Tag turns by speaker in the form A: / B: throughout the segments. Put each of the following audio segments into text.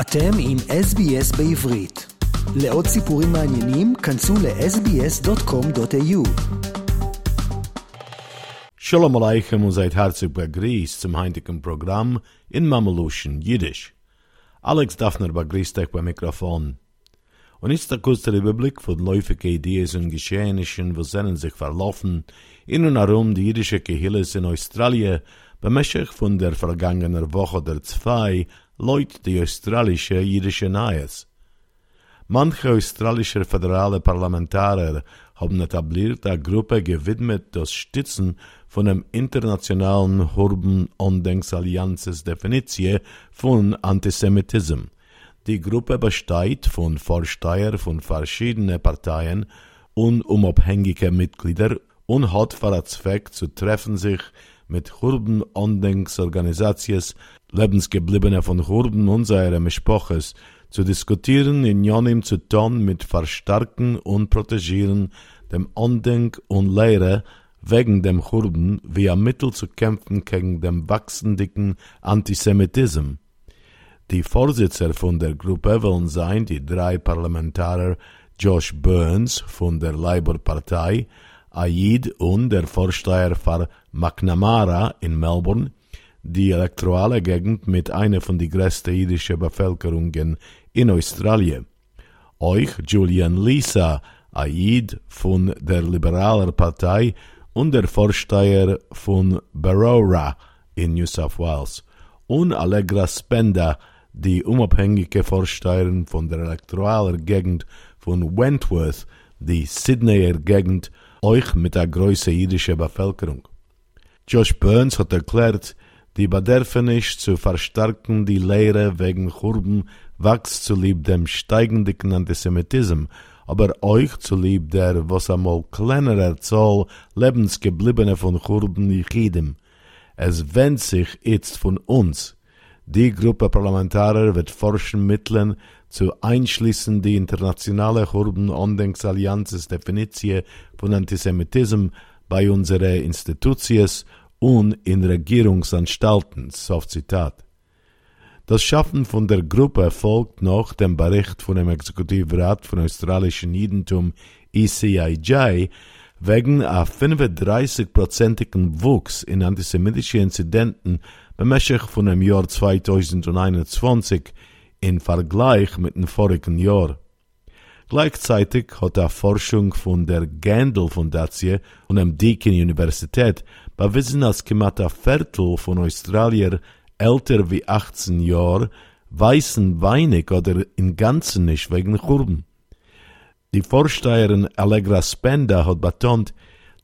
A: אתם עם SBS בעברית. לעוד סיפורים מעניינים, כנסו ל-sbs.com.au.
B: Shalom Aleichem und seid herzlich begrüßt zum heutigen Programm in Mameluschen Jiddisch. Alex Daffner begrüßt euch beim Mikrofon. Und jetzt der kurze Überblick von läufigen Ideen und Geschehnissen, wo seinen sich verlaufen, in und herum die jüdische Kehilles in Australien, bemächtig von der vergangenen Woche oder zwei, leut die australische jüdische Neues. Manche australische föderale Parlamentarier haben etabliert eine Gruppe gewidmet das Stützen von dem internationalen Hurben Ondenksallianzes Definitie von Antisemitism. Die Gruppe besteht von Vorsteher von verschiedenen Parteien und unabhängigen Mitglieder und hat für den Zweck zu treffen sich mit Hurben Ondenksorganisaties, Lebensgebliebene von Hurben und seiner Mischpoches, zu diskutieren in Jonim zu tun mit Verstärken und Protegieren dem Andenk und Lehre wegen dem Churben wie ein Mittel zu kämpfen gegen den wachsenden Antisemitism. Die Vorsitzer von der Gruppe wollen sein die drei Parlamentarier Josh Burns von der Labour-Partei, Aid und der Vorsteher für McNamara in Melbourne, die elektorale Gegend mit einer von die größten jüdischen Bevölkerungen in Australien. Euch Julian Lisa, Aid von der Liberaler Partei und der Vorsteher von Barora in New South Wales und Allegra Spenda, die unabhängige Vorsteherin von der elektoraler Gegend von Wentworth, die Sydneyer Gegend, euch mit der größten jüdischen Bevölkerung. Josh Burns hat erklärt, die Bedarfenisch zu verstärken die Lehre wegen Churben wächst zu lieb dem steigenden Antisemitism, aber euch zu lieb der, was einmal kleinerer Zahl lebensgebliebene von Churben Yichidem. Es wendet sich jetzt von uns. Die Gruppe Parlamentarier wird forschen Mitteln zu einschließen die internationale Churben Ondenksallianzes Definitie von Antisemitism bei unsere Institutions und in Regierungsanstalten, so Zitat. Das Schaffen von der Gruppe erfolgt nach dem Bericht von dem Exekutivrat von E australischen Judentum ECIJ wegen a 35-prozentigen Wuchs in antisemitische Inzidenten bemäßig von dem Jahr 2021 in Vergleich mit dem vorigen Jahr. Gleichzeitig hat die Forschung von der Gendel Foundation und der Deakin Universität bewiesen, dass knapp ein Viertel von Australier älter wie 18 Jahre weißen weinig oder im Ganzen nicht wegen Churben. Die Vorsteherin Allegra Spenda hat betont,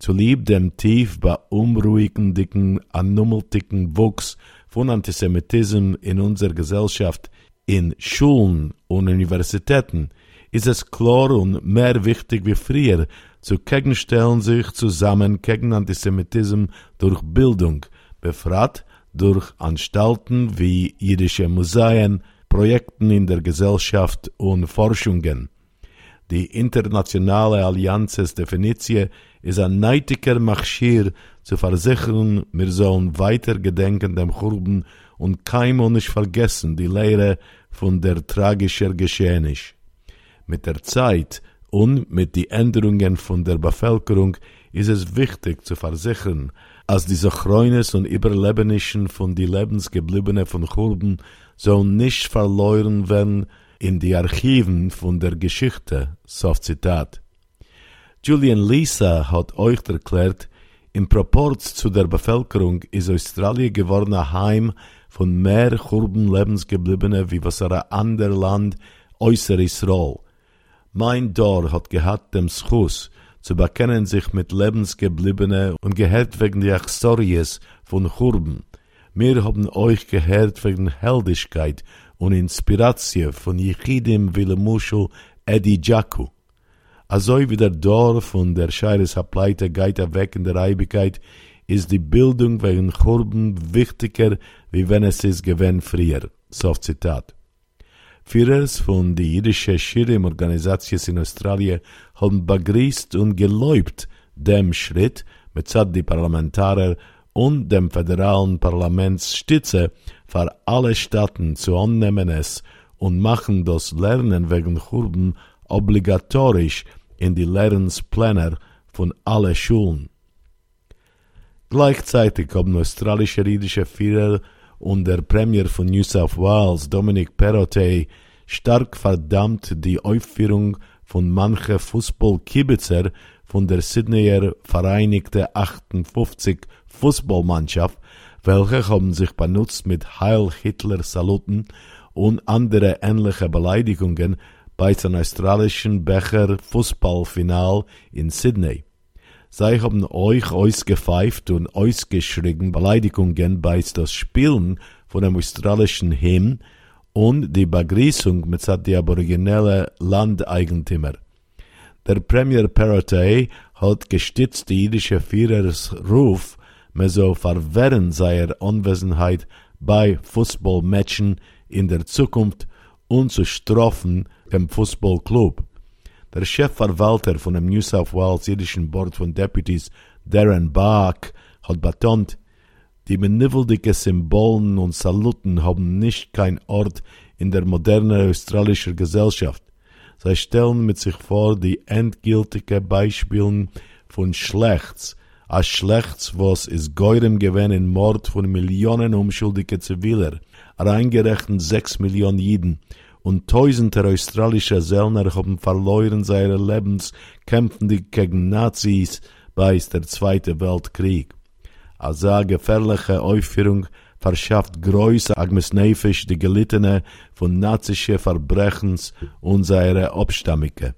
B: zulieb dem tief beunruhigenden, annummeltigen Wuchs von Antisemitismus in unserer Gesellschaft, in Schulen und Universitäten, ist es klar und mehr wichtig wie früher, zu gegenstellen sich zusammen gegen Antisemitism durch Bildung, befragt durch Anstalten wie jüdische Museen, Projekten in der Gesellschaft und Forschungen. Die internationale Allianzes Definitie ist ein neitiger Machschir zu versichern, wir sollen weiter gedenken dem Churben und keinem und nicht vergessen die Lehre von der tragischer Geschehnisch mit der Zeit und mit den Änderungen von der Bevölkerung ist es wichtig zu versichern, als diese Chroines und Überlebenischen von die Lebensgebliebene von Churben sollen nicht verloren werden in die Archiven von der Geschichte. So Zitat. Julian Lisa hat euch erklärt, im Proport zu der Bevölkerung ist Australien geworden ein Heim von mehr Churben Lebensgebliebene wie was ein ander Land äußer Israel. Mein Dor hat gehabt dem Schuss, zu bekennen sich mit Lebensgebliebene und gehört wegen der Achsorius von Churben. Mir haben euch gehört wegen Heldigkeit und Inspiratie von Yechidim Willemuschel Eddie Jaku. Azoi wie der Dor von der Scheires Hapleite geht er weg in der Reibigkeit, ist die Bildung wegen Churben wichtiger, wie wenn es ist gewinn früher. So Zitat. Führers von die jüdische Schirim Organisations in Australien haben begrüßt und geläubt dem Schritt mit Zad die Parlamentarier und dem föderalen Parlamentsstütze für alle Staaten zu annehmen es und machen das Lernen wegen Churben obligatorisch in die Lernspläne von alle Schulen. Gleichzeitig haben australische jüdische Führer und der Premier von New South Wales, Dominic Perrottet, stark verdammt die Aufführung von manche Fußballkibitzer von der Sydneyer Vereinigte 58 Fußballmannschaft, welche haben sich benutzt mit Heil Hitler Saluten und andere ähnliche Beleidigungen bei den australischen Becher Fußballfinal in Sydney. Sei haben euch ausgepfeift und ausgeschrien Beleidigungen bei das Spielen von dem australischen Hymn und die Begrüßung mit die aboriginelle Landeigentümer. Der Premier Perrottet hat gestützt die jüdische Führers Ruf, mit so verwehren seiner Anwesenheit bei Fußballmatchen in der Zukunft und zu strafen dem Fußballclub. Der Chefverwalter von dem New South Wales jüdischen Board von Deputies, Darren Bark, hat betont, die benivdelige Symbolen und Saluten haben nicht kein Ort in der modernen australischen Gesellschaft. Sie stellen mit sich vor die endgültige Beispielen von Schlechts, a Schlechts, was is geurem gewinn in Mord von Millionen unschuldige Ziviler, reingerechnet sechs Millionen Jiden, und tausende australischer Selner haben verloren seine Lebens, kämpfen die gegen Nazis bei der Zweite Weltkrieg. Als eine gefährliche Aufführung verschafft größer agmesnefisch die Gelittene von nazische Verbrechens und seine Abstammige.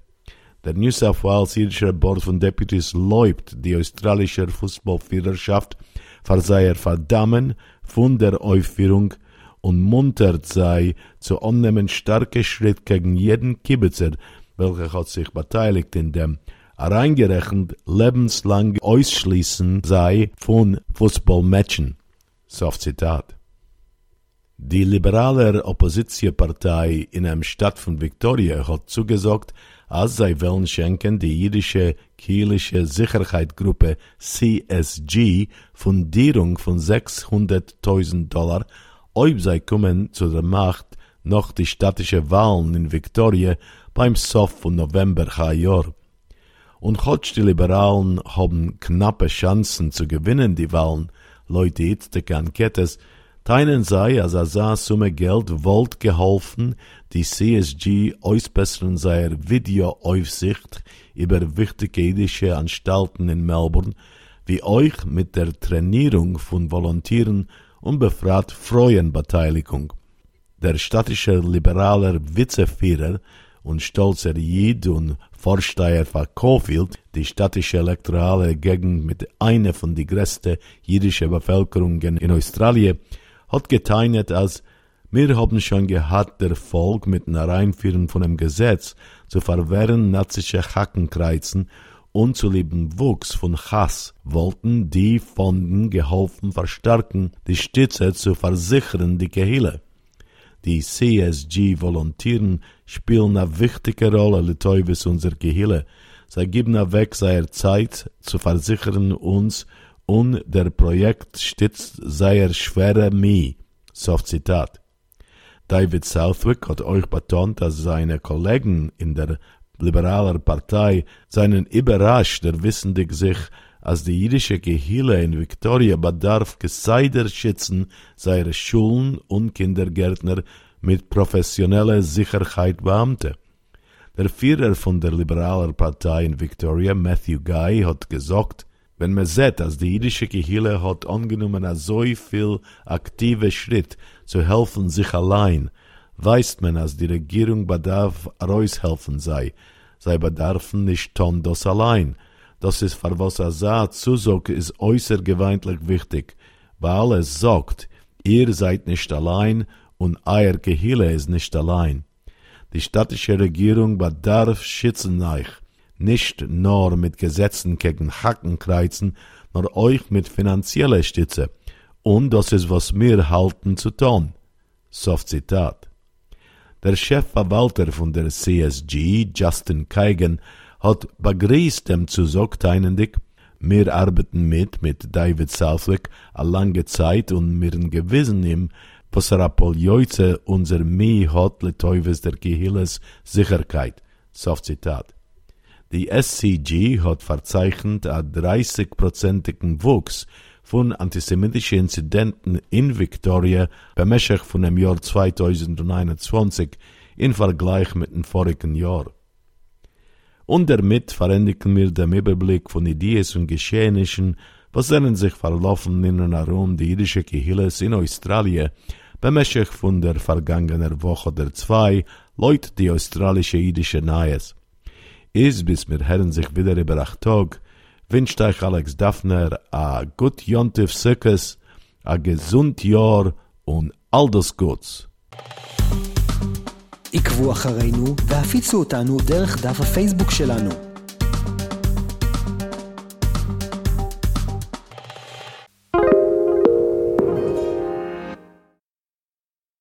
B: Der New South Wales jüdische Board von Deputies läubt die australische Fußballführerschaft für seine Verdammen von der Aufführung und muntert sei zu annehmen starke Schritt gegen jeden Kibitzer, welcher hat sich beteiligt in dem reingerechnet lebenslang ausschließen sei von Fußballmatchen. Soft Zitat. Die liberale Oppositiepartei in einem Stadt von Victoria hat zugesagt, als sei wollen schenken die jüdische kielische Sicherheitsgruppe CSG Fundierung von 600.000 Dollar, ob sei kommen zu der Macht noch die städtische Wahlen in Victoria beim Sof von November Jahr. Und Gott die Liberalen haben knappe Chancen zu gewinnen die Wahlen, Leute jetzt der Kankettes, Teinen sei, als er sah Summe Geld, wollt geholfen, die CSG ausbessern seiner Videoaufsicht über wichtige jüdische Anstalten in Melbourne, wie euch mit der Trainierung von Volontieren und befragt Freuenbeteiligung. Der städtische liberaler Vizeführer und stolzer Jid und Vorsteher von Caulfield, die städtische elektorale Gegend mit einer von die größte jüdische Bevölkerungen in Australien, hat geteinet als wir haben schon gehabt der Volk mit einer Einführung von dem Gesetz zu verwehren nazische Hackenkreuzen und zu lieben Wuchs von Hass wollten die Fonden geholfen verstärken, die Stütze zu versichern die Kehille. Die CSG-Volontieren spielen eine wichtige Rolle in Teufels unser Gehille. Sie geben weg seiner Zeit zu versichern uns und der Projekt stützt seiner schwere Mie. Soft Zitat. David Southwick hat euch betont, dass seine Kollegen in der liberaler Partei seinen überrascht, der wissendig sich, als die jüdische Gehille in Victoria bedarf geseider schützen seine Schulen und Kindergärtner mit professionelle Sicherheit Beamte. Der Führer von der liberaler Partei in Victoria, Matthew Guy, hat gesagt, wenn man sieht, dass die jüdische Gehille hat angenommen a so viel aktive Schritt zu helfen sich allein, weiß man, dass die Regierung bedarf raushelfen sei. Sei bedarfen nicht ton das allein. Das ist für was er sah, Zusog ist äußergeweintlich wichtig, weil es sagt, ihr seid nicht allein und euer Gehille ist nicht allein. Die städtische Regierung bedarf schützen euch, nicht nur mit Gesetzen gegen Hackenkreuzen, nur euch mit finanzieller Stütze. Und das ist, was wir halten zu tun. Soft Zitat. Der Chefverwalter von der CSG, Justin Kagan, hat begrüßt dem Zusog teinendig, wir arbeiten mit, mit David Southwick, a lange Zeit und wir gewissen ihm, was er apol joitze unser mei hat le teuves der Gehilles Sicherheit. Sof Zitat. Die SCG hat verzeichnet a 30-prozentigen Wuchs von antisemitischen Inzidenten in Victoria bemeschach von dem Jahr 2021 in Vergleich mit dem vorigen Jahr. Und damit verändigen wir den Überblick von Ideas und Geschehnissen, was seinen sich verlaufen in und herum die jüdische Kehilles in Australien, bemeschach von der vergangenen Woche oder zwei, leut die australische jüdische Nahes. Is bis mir herren sich wieder über acht Tag, wünscht euch Alex Daffner a gut Jontif Sikkes, a gesund Jahr und all das Guts.
A: עקבו אחרינו והפיצו אותנו דרך דף הפייסבוק שלנו.